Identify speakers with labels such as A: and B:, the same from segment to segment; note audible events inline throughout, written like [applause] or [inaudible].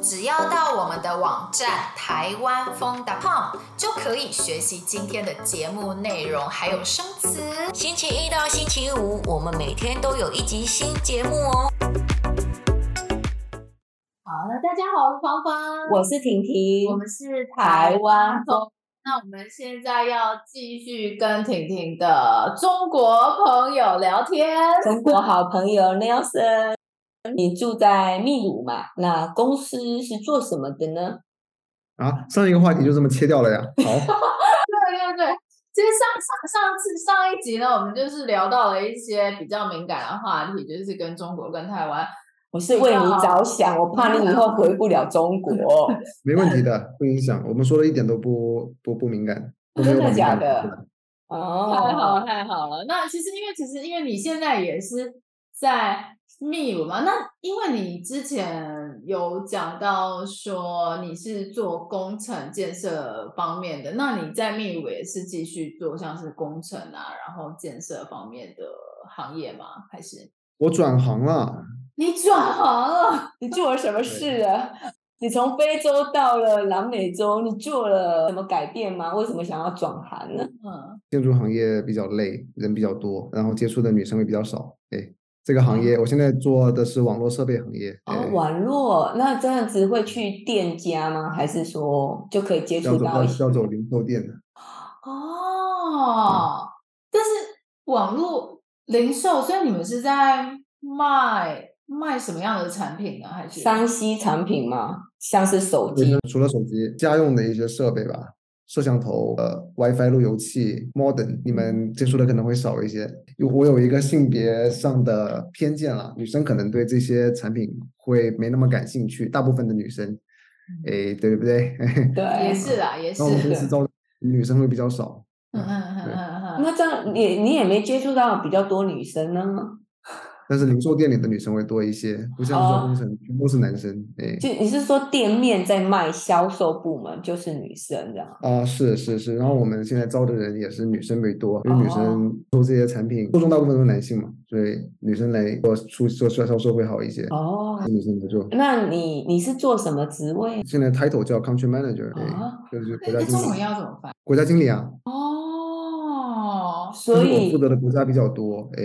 A: 只要到我们的网站台湾风 .com 就可以学习今天的节目内容，还有生词。
B: 星期一到星期五，我们每天都有一集新节目哦。
A: 好了，大家好，我是芳芳，
B: 我是婷婷
A: 我们是
B: 台湾
A: 风。那我们现在要继续跟婷婷的中国朋友聊天。
B: 中国好朋友 Nelson。你住在秘鲁嘛？那公司是做什么的呢？
C: 啊，上一个话题就这么切掉了呀。
B: [laughs]
C: 好，
A: 对对对，其实上上上次上一集呢，我们就是聊到了一些比较敏感的话题，就是跟中国跟台湾。
B: 我是为
A: 哦
B: 你着想，我怕你以后回不了
A: [laughs]
B: 中国，哦
C: 没问题的，不影响。我们说的一点都不不不敏感，都没
B: 真
C: 有把
B: 的
C: 敏
B: 假
C: 感
B: 的？哦，
A: 太好了，太好了。那其实因为其实因为你现在也是在秘鲁嘛，那因为你之前有讲到说你是做工程建设方面的，那你在秘鲁也是继续做像是工程啊，然后建设方面的行业吗？还是
C: 我转行了，
A: 你转行了？
B: 你做了什么事啊？你从非洲到了南美洲，你做了什么改变吗？为什么想要转行呢？
A: 嗯，
C: 建筑行业比较累，人比较多，然后接触的女生也比较少。哎，这个行业我现在做的是网络设备行业。
B: 嗯哦
C: 哎，
B: 网络那这样子会去店家吗？还是说就可以接
C: 要
B: 触
C: 走
B: 到
C: 要
B: 一些
C: 要走零售店的，
A: 哦，但是网络零售，所以你们是在卖卖什么样的产品呢？还是
B: 山西产品吗？像是手机，
C: 除了手机，家用的一些设备吧，摄像头、呃 WiFi 路由器、modem，你们接触的可能会少一些。有我有一个性别上的偏见了，女生可能对这些产品会没那么感兴趣，大部分的女生，哎，对不对？ [laughs]
B: 对，
A: 也是啦，也是。
C: 那我们
A: 嗯
C: 公司招的女生会比较少，
A: 嗯嗯嗯嗯嗯。
B: 那这样也你也没接触到比较多女生呢，
C: 但是零售店里的女生会多一些，不像
B: 哦
C: 做工程全都是男生，哎。
B: 就你是说店面在卖，销售部门就是女生这样？
C: 啊，是是是，然后我们现在招的人也是女生为多，因为女
B: 哦
C: 生做这些产品，受众大部分都是男性嘛，所以女生来做出做销销售会好一些，
B: 哦，
C: 女生来做。
B: 那你你是做什么职位？
C: 现在 title 叫 country manager，对，
B: 啊
C: 就是
A: 那
C: 国家
A: 那
C: 经
A: 中文
C: 理，
A: 要怎么翻？
C: 国家经理啊，
A: 哦，
B: 所
C: 就是我
B: 以
C: 负责的国家比较多，哎，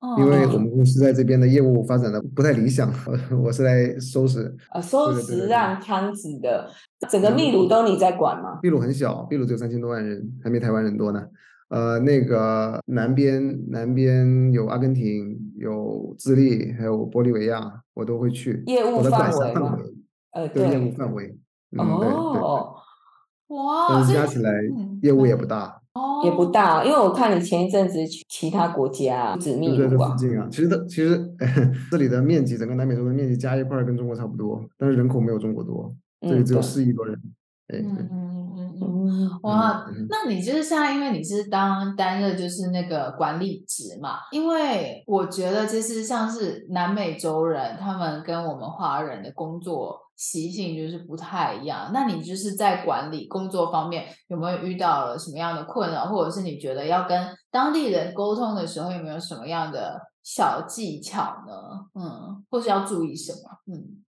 A: 哦
C: 因为
B: 哦
C: 我们公司在这边的业务发展的不太理想， [laughs] 我是来收拾。
B: 呃，收
C: 对对对
B: 拾
C: 对
B: 让摊子的，整个秘
C: 嗯
B: 鲁都你在管吗？
C: 秘鲁很小，秘鲁只有三千多万人，还没台湾人多呢。呃，那个南边南边有阿根廷，有智利，还有玻利维亚，我都会去。
B: 业务
C: 我的管
B: 范
C: 辖
B: 围
C: 范
B: 吗
C: 围？
B: 呃，
C: 就业务
B: 对，
C: 范围，嗯，对对，
B: 哦，
A: 哇，
C: 但是
A: 所以
C: 加起来
A: 嗯
C: 业务也
A: 嗯
C: 不大，
A: 哦
B: 也不大，因为我看你前一阵子去其他国家，不止
C: 就
B: 秘
C: 在这
B: 鲁
C: 附
B: 啊，
C: 近啊。其实它其实 [laughs] 这里的面积，整个南美洲的面积加一块儿跟中国差不多，但是人口没有中国多，这里
B: 嗯，
C: 只有
B: 对，
C: 四亿多人。哎，
A: 嗯
C: 对
A: 嗯嗯嗯嗯。
B: 嗯，
A: 哇，
C: 嗯嗯
A: 那你就是现在，因为你是当担任就是那个管理职嘛，因为我觉得其实像是南美洲人，他们跟我们华人的工作习性就是不太一样。那你就是在管理工作方面有没有遇到了什么样的困扰，或者是你觉得要跟当地人沟通的时候有没有什么样的小技巧呢？嗯，或是要注意什么？嗯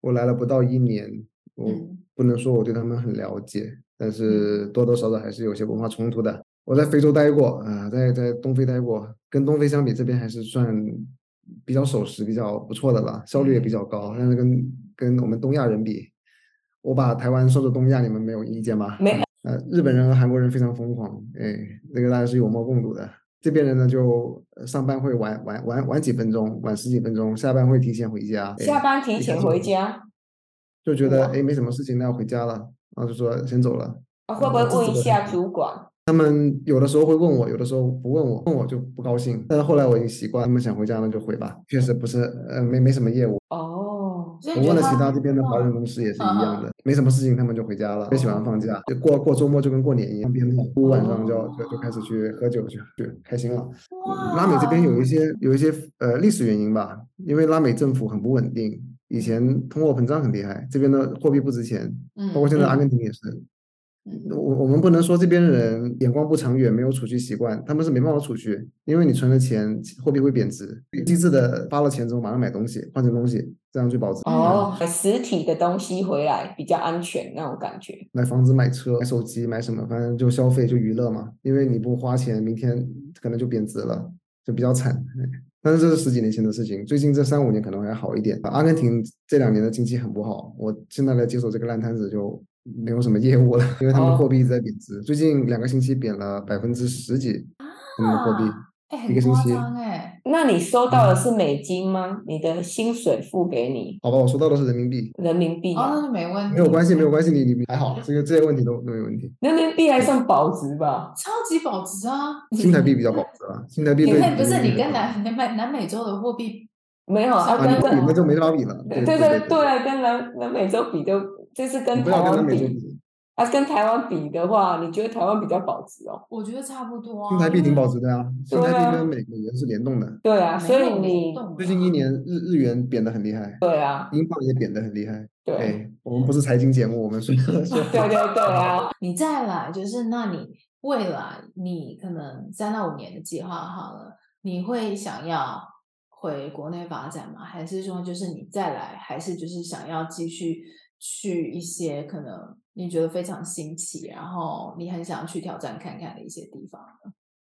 C: 我来了不到一年，我
A: 嗯
C: 不能说我对他们很了解，但是
A: 嗯
C: 多多少少还是有些文化冲突的。我在非洲待过啊、在在东非待过，跟东非相比，这边还是算比较守时、比较不错的了，效
B: 嗯
C: 率也比较高。但是跟跟我们东亚人比，我把台湾算作东亚，你们没有意见吧？
B: 没
C: 呃，日本人和韩国人非常疯狂，哎，这个大家是有目共睹的。这边人呢，就呃上班会晚晚晚晚几分钟，晚十几分钟，下班会提前回家。哎
B: 下班提前回家，
C: 就觉得
B: 哇
A: 嗯
C: 哎没什么事情，那要回家了，然后就说先走了。
B: 啊会不会
C: 自己
B: 问一
C: 的
B: 下
C: 事情
B: 主管？
C: 他们有的时候会问我，有的时候不问我，问我就不高兴。但是后来我已经习惯，他们想回家那就回吧，确实不是呃没没什么业务。
B: 哦，
A: 所以
C: 我
A: 你觉
C: 问
A: 得嗯
C: 了其
A: 他
C: 他这边的华人同事也是一样的，没什么事情他们就回家了，也喜欢放假，就过过周末就跟过年一样，鞭炮，
A: 嗯
C: 晚上就要就就开始去喝酒去去开心了。拉美这边有一些有一些呃历史原因吧，因为拉美政府很不稳定，以前通货膨胀很厉害，这边的货币不值钱，包括现在阿
B: 嗯
C: 根廷也是，
A: 嗯
C: 我我们不能说这边人眼光不长远，没有储蓄习惯，他们是没办法储蓄，因为你存了钱，货币会贬值。机智的发了钱之后马上买东西，换成东西，这样最保值。
A: 嗯
B: 哦，买实体的东西回来比较安全那种感觉。
C: 买房子、买车、买手机、买什么，反正就消费就娱乐嘛。因为你不花钱，明天可能就贬值了，就比较惨。哎但是这是十几年前的事情，最近这三五年可能还好一点。阿根廷这两年的经济很不好，我现在来接手这个烂摊子就没有什么业务了，因为他们
B: 哦
C: 货币一直在贬值，最近两个星期贬了百分之十几，他们的货币。
A: 哎、
C: 一个
A: 很
C: 星
A: 夸
C: 期
A: 张哎、
B: 那你收到的是美金吗？你的薪水付给你
C: 好吧，我收到的是人民币，
B: 人民币
A: 哦，
B: 啊、
A: 那就没问题，
C: 没有关系，没有关系，你你还好，这个这些问题都都没问题。
B: 人民币还算保值吧？
A: 超级保值啊！
C: 新台币比较保值了，新台币
A: 你
C: 对
A: 看，不
C: 人
A: 是
C: 民
A: 你
C: 币
A: 跟
C: 来
A: 南南南美洲的货币，
B: 没有啊，
A: 啊
C: 说啊，
B: 跟
C: 你不比
B: 跟
C: 那就没法比了。
B: 对
C: 对对
B: 对对，跟南南美洲比就就是
C: 你
B: 跟
C: 不
B: 台
C: 要跟南
B: 湾
C: 美洲
B: 比
C: 比，
B: 啊，跟台湾比的话，你觉得台湾比较保值哦？
A: 我觉得差不多、啊。
C: 新台币挺保
A: 值，
C: 值的啊，新
B: 对
C: 台
B: 啊
C: 币跟美美元是联动的。
B: 对啊，所以
A: 没有
B: 你
A: 动
C: 最
A: 啊
C: 近一年日日元贬得很厉害，
B: 对啊，
C: 英镑也贬得很厉害。
B: 对
C: 哎，我们不是财经节目，我
B: [laughs]
C: 们是说
B: 对对对
C: [laughs]
B: 啊，
A: 你再来就是，那你未来你可能三到五年的计划好了，你会想要回国内发展吗？还是说就是你再来，还是就是想要继续去一些可能你觉得非常新奇，然后你很想去挑战看看的一些地方？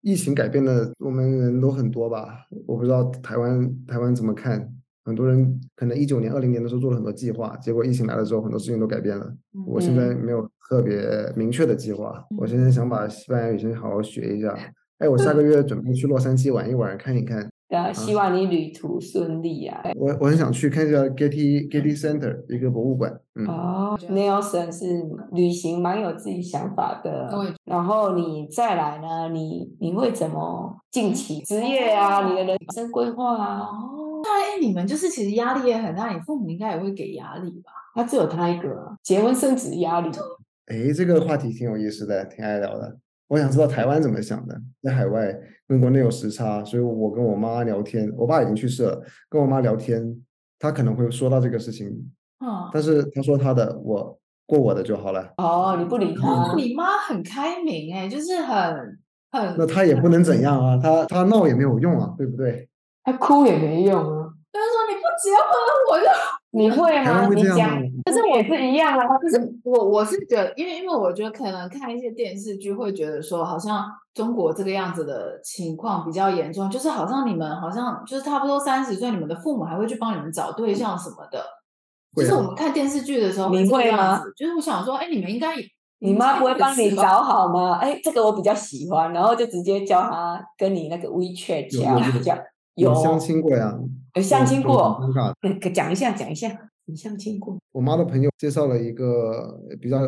C: 疫情改变了我们人都很多吧，我不知道台湾台湾怎么看。很多人可能一九年、二零年的时候做了很多计划，结果疫情来了之后，很多事情都改变了。
B: 嗯
C: 我
A: 嗯
C: 现在没有特别明确的计划，我现在想把西班牙语先好好学
B: [laughs]
C: 一下。哎，我下个月准备去洛杉矶玩一玩，看一看。
B: 对啊，希望你旅途顺利啊。
C: 我我很想去看一下 Getty Getty Center 一个博物馆。嗯，
B: 哦
A: 觉得
B: ，Nelson 是旅行蛮有自己想法的
A: 我也觉得，
B: 然后你再来呢，你你会怎么近期职业啊，你的人生规划啊？
A: 哦，那哎，你们就是其实压力也很大，你父母应该也会给压力吧？
B: 他只有他一个啊，结婚生子压力，
C: 哎，这个话题挺有意思的，挺爱聊的。我想知道台湾怎么想的，在海外跟国内有时差，所以我跟我妈聊天，我爸已经去世了，跟我妈聊天，她可能会说到这个事情，
A: 嗯，
C: 但是她说她的，我过我的就好了。
B: 哦，你不理
A: 那
C: 嗯
B: 他，
A: 你妈很开明哎、就是很很
C: 那她也不能怎样啊，她她闹也没有用啊，对不对？
B: 他哭也没用啊。
A: 就是说你不结婚，我就
B: 你会
C: 台
B: 吗？
C: 湾会
B: 你
C: 这样
B: 讲
C: 吗，
B: 可是我是一样啊，就是
A: 我我是觉得，因为因为我觉得可能看一些电视剧会觉得说，好像中国这个样子的情况比较严重，就是好像你们好像就是差不多三十岁，你们的父母还会去帮你们找对象什么的。就
C: 会
A: 是我
C: 啊
A: 们看电视剧的时候，
B: 你会吗？
A: 就是我想说，哎，你们应该也，
B: 你妈不会帮
A: [laughs]
B: 你
A: 找。
B: 找好吗？哎，这个我比较喜欢，然后就直接叫他跟你那个 WeChat
C: 有
B: 叫
C: 有有
B: 叫
C: 我
B: 有
C: 相亲过呀，
B: 有相亲
C: 我我
B: 过
C: 很，尴尬的
B: 那个讲一下讲一下，你相亲过？
C: 我妈的朋友介绍了一个比较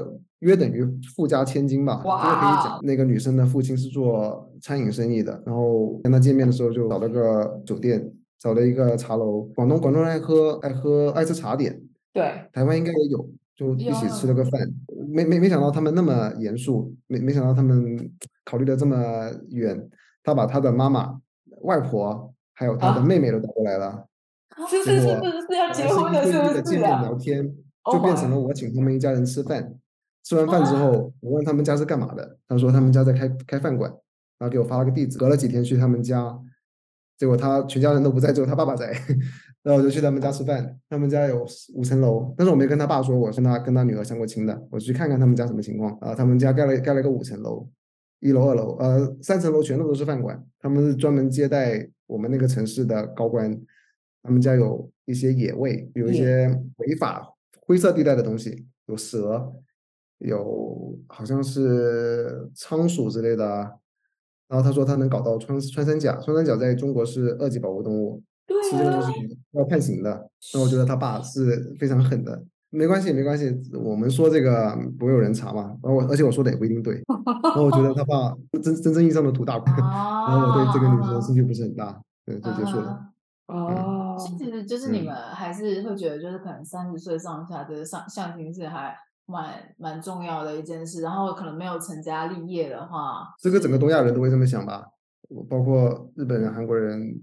C: 约等于富家千金吧，这个可以
A: 哇
B: 哦
C: 讲。那个女生的父亲是做餐饮生意的，然后跟她见面的时候就找了个酒店，找了一个茶楼。广东广东人爱喝爱喝爱吃茶点，
B: 对，
C: 台湾应该也有，就一起吃了
A: 有
C: 个饭。没没没想到他们那么严肃，没没想到他们考虑的这么远。她把她的妈妈、外婆还有她的
B: 啊
C: 妹妹都找过来了。
A: [laughs]
B: 是是是
C: 结果
B: 是是要
C: 本
B: 结
C: 来是
B: 婚了，
C: 一
B: 是
C: 对
B: 不
C: 一的
B: 是
C: 见面
B: 啊
C: 聊？天，
B: Oh
C: 就变成
B: my-
C: 了我请他们一家人吃饭。吃完饭之后，我问他们家是干嘛的，他说他们家在开开饭馆，然后给我发了个地址。隔了几天去他们家，结果他全家人都不在，只有他爸爸在。然后我就去他们家吃饭，他们家有五层楼，但是我没跟他爸说我是他跟他女儿相过亲的，我去看看他们家什么情况啊、他们家盖了盖了个五层楼，一楼、二楼，呃，三层楼全部都是饭馆，他们是专门接待我们那个城市的高官，他们家有一些野味，有一
B: 野
C: 些违法灰色地带的东西，有蛇，有好像是仓鼠之类的啊。然后他说他能搞到穿穿山甲，穿山甲在中国是二级保护动物，吃
B: 对
C: 这个
B: 啊
C: 东，西要判刑的。那我觉得他爸是非常狠的。没关系，没关系，我们说这个不会有人查嘛。然后我而且我说的也不一定对。然后我觉得他爸真真正意义上的
A: [laughs]
C: 土大
A: 然
C: [laughs] 然后我对这个女生兴趣不是很大，对，就结束
A: 啊
C: 了。
B: 哦，
A: 所以其实就是你
C: 嗯
A: 们还是会觉得，就是可能三十岁上下，就是上相亲是还蛮蛮重要的一件事。然后可能没有成家立业的话，
C: 这个整个东亚人都会这么想吧，我包括日本人、韩国人，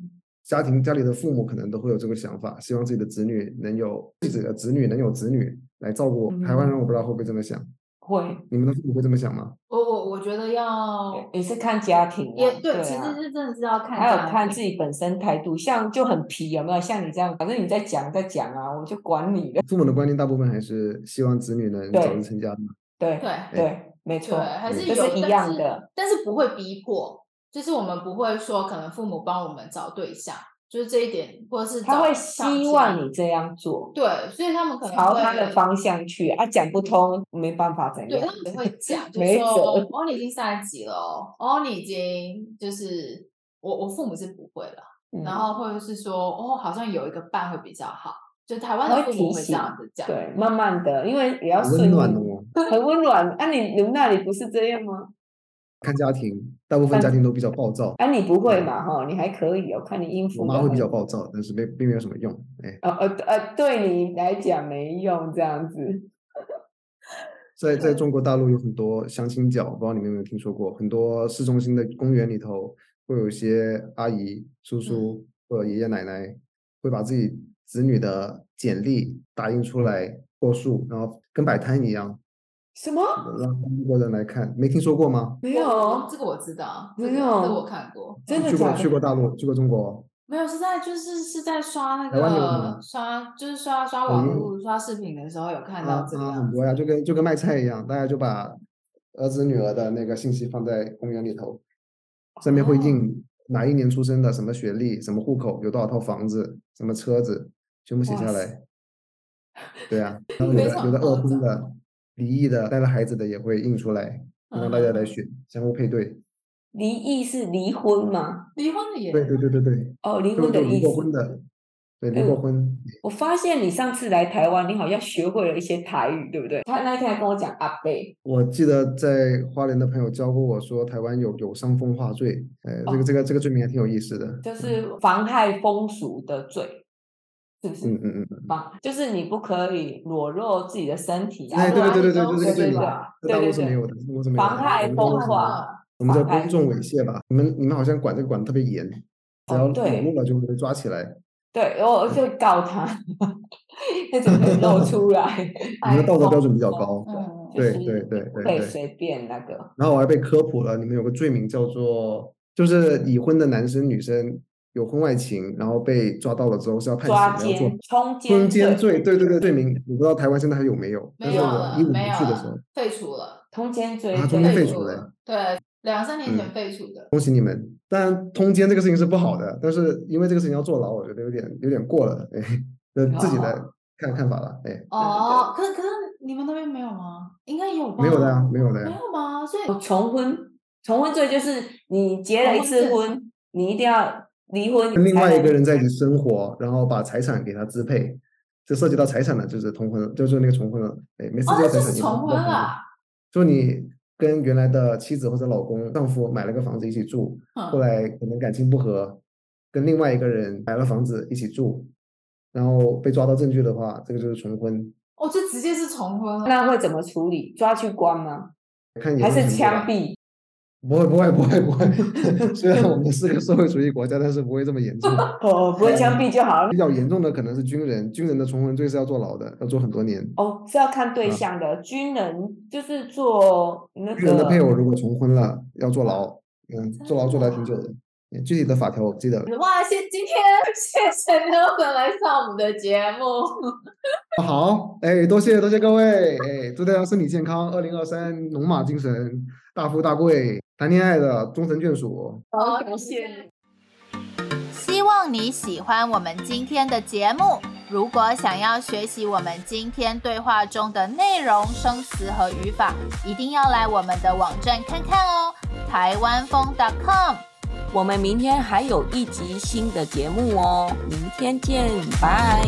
C: 家庭家里的父母可能都会有这个想法，希望自己的子女能有自己的子女能有子女来照顾。台湾人我不知道会不会这么想，
B: 会
C: 你们的父母会这么想吗？
A: 我我我觉得要
B: 也是看家庭啊，
A: 也对，
B: 对
A: 其
B: 啊
A: 实是真的是要看
B: 还有
A: 家
B: 看
A: 庭
B: 自己本身态度，像就很皮，有没有？像你这样，反正你在讲在讲啊，我就管你了。
C: 父母的观念大部分还是希望子女能早
B: 对
C: 日成家的嘛。
B: 对
A: 对
B: 对，没
A: 对，
B: 错，
A: 还是
B: 就
A: 有
B: 是一样的。
A: 但是，但是不会逼迫，就是我们不会说可能父母帮我们找对象，就是这一点，或者是
B: 他
A: 找
B: 会
A: 上
B: 希
A: 进
B: 望你这样做，
A: 对，所以他们可能
B: 朝他的
A: 会
B: 方向去啊，讲不通没办法怎
A: 对，
B: 样
A: 他。们会讲，就
B: 没
A: 说
B: 辙
A: 哦，你已经三十几了哦，哦，你已经就是我我父母是不会了，
B: 嗯
A: 然后或者是说哦，好像有一个伴会比较好，就台湾的父
B: 会
A: 母
B: 提
A: 会这
B: 醒
A: 样子讲，
B: 对，慢慢的，因为也要
C: 很
B: 顺
C: 温暖
B: 应
C: 的哦，
B: 很温暖。啊你，你们那里不是这样吗？
C: 看家庭，大部分家庭都比较暴躁，
B: 啊，你不会嘛？哈，你还可以哦，看你应付
C: 我
B: 的
C: 妈会比
B: 很
C: 较暴躁，但是没并没有什么用。哎，
B: 呃呃呃，对你来讲没用这样子。
C: 在
B: 啊
C: 在中国大陆有很多相亲角，不知道你们有没有听说过？很多市中心的公园里头会有一些阿姨、叔
B: 嗯
C: 叔或者爷爷奶奶会把自己子女的简历打印出来过数，然后跟摆摊一样，
B: 什么？
C: 让中国人来看。没听说过吗？
B: 没
A: 我我
B: 有
A: 哦这，个我知道，
B: 没
A: 这个这
B: 有
A: 个我看过，
B: 真的
C: 去
B: 假
C: 过去
B: 的？
C: 过大陆，去过中国，
A: 没有，是在就是是在刷那
C: 台湾有吗
A: 个刷，就是刷刷网
C: 有
A: 络、刷视频的时候有看
C: 啊
A: 到这个
C: 啊
A: 样
C: 很
A: 子。
C: 多呀，就跟就跟卖菜一样，大家就把儿子女儿的那个信息放在公园里头，上面会
A: 哦
C: 印哪一年出生的、什么学历、什么户口、有多少套房子、什么车子，全部写
B: 哇
C: 下
B: 塞
C: 来。对呀、然后有
A: 非
C: 的有
A: 常
C: 的
A: 夸
C: 二婚
A: 张
C: 的、离异的、带了孩子的也会印出来，让大家来
A: 嗯
C: 选，相互配对。
B: 离异是离婚吗？
A: 离婚的也
C: 对对对对对，
B: 哦，离
C: 就
B: 婚
C: 是
B: 的
C: 离
B: 意
C: 过婚
B: 思。
C: 的，对
B: 哎
C: 离
A: 嗯
C: 过
B: 呦
C: 婚，
B: 我发现你上次来台湾，你好像学会了一些台语，对不对？他那天还跟我讲阿贝，
C: 我记得在花莲的朋友教过我说，台湾有有伤风化罪，呃，这
B: 哦
C: 个这个这个罪名还挺有意思的。
B: 就是妨害风俗的罪，是不是？
C: 嗯嗯嗯嗯，
B: 妨就是你不可以裸露自己的身体啊，
C: 哎，对
A: 对
C: 对对对
A: 对
B: 对
C: 对，这是罪
B: 对
C: 名，
B: 对
C: 在大
B: 对
C: 陆是
B: 对
C: 没有的，中国是没有的。
B: 妨害
C: 我们
B: 风
C: 叫
B: 化，
C: 我们叫
B: 妨害
C: 公众猥亵吧？你们你们好像管这个管得特别严，只
B: 哦
C: 要裸
B: 对
C: 露了就会被抓起来。
B: 对，然后我就告他，[laughs]
C: 嗯
B: 那怎么可以露出来？
C: [laughs] 你们的道德标准比较
B: 哎风
C: 高，
A: 嗯，
B: 就
C: 对
B: 是
C: 对
B: 你
C: 对
B: 不
C: 对
B: 可以
C: 对
B: 随便那个。
C: 然后我还被科普了，你们有个罪名叫做，就是已婚的男生女生有婚外情，然后被抓到了之后是要判
B: 抓
C: 刑，要做
B: 奸、通
C: 通奸
B: 奸罪、
C: 罪，对对对，罪名，我不知道台湾现在还有没有，但
A: 没
C: 是
A: 有
C: 我
A: 了
C: 一五，
A: 没
C: 年
A: 有
C: 去的时候
A: 了，，废除了，
B: 通奸罪
C: 啊
B: 这
C: 通奸
B: 个
C: 废
B: 有
C: 除了
A: 了，对，两三
C: 嗯
A: 年前废除的。
C: 恭喜你们。但通奸这个事情是不好的，但是因为这个事情要坐牢，我觉得有点有点过了，哎，呃，自己的看看法了，哎，
A: 哦，可可是你们那边没有吗？应该有吧？
C: 没有的啊呀，没有的
A: 没
C: 呀，
A: 有吗？所以
B: 有重婚，重婚罪就是你结了一
A: 重婚
B: 次
A: 罪
B: 婚，你一定要离婚，
C: 跟另
B: 才
C: 外一个
B: 能
C: 人在一起生活，然后把财产给他支配，这涉及到财产了，就是通婚，就是那个重婚了，哎，每次
A: 哦，那
C: 这个
A: 就
C: 财产
A: 是
C: 也
A: 重婚了。啊
C: 就你跟原来的妻子或者老公、丈夫买了个房子一起住，
A: 嗯，
C: 后来可能感情不和，跟另外一个人买了房子一起住，然后被抓到证据的话，这个就是重婚，
A: 哦，就直接是重婚了。
B: 那会怎么处理？抓去关吗？
C: 看也
B: 还是
C: 很多
B: 枪
C: 吧？
B: 毙？
C: 不会，不会，不会，不会。 [laughs] 虽然我们是个社会主义国家，但是不会这么严重。
B: 哦，不会枪毙就好了
C: 比。较严重的可能是军人，军人的重婚罪是要坐牢的，要坐很多年。
B: 哦，是要看对
C: 嗯
B: 象的。军人就是做那
C: 军人的
B: 个
C: 配偶如果重婚了，要坐牢，嗯，坐牢坐的还挺久的。嗯具体的法条我不记得了。
A: 哇，谢今天谢谢乐粉来上我们的节目，
C: 好，哎，多谢多谢各位，哎，祝大家身体健康，二零二三龙马精神，大富大贵，谈恋爱的终成眷属。
A: 好
B: 感谢你。
D: 希望你喜欢我们今天的节目。如果想要学习我们今天对话中的内容、生词和语法，一定要来我们的网站看看哦，台湾风 .com。
B: 我们明天还有一集新的节目哦，明天见，拜。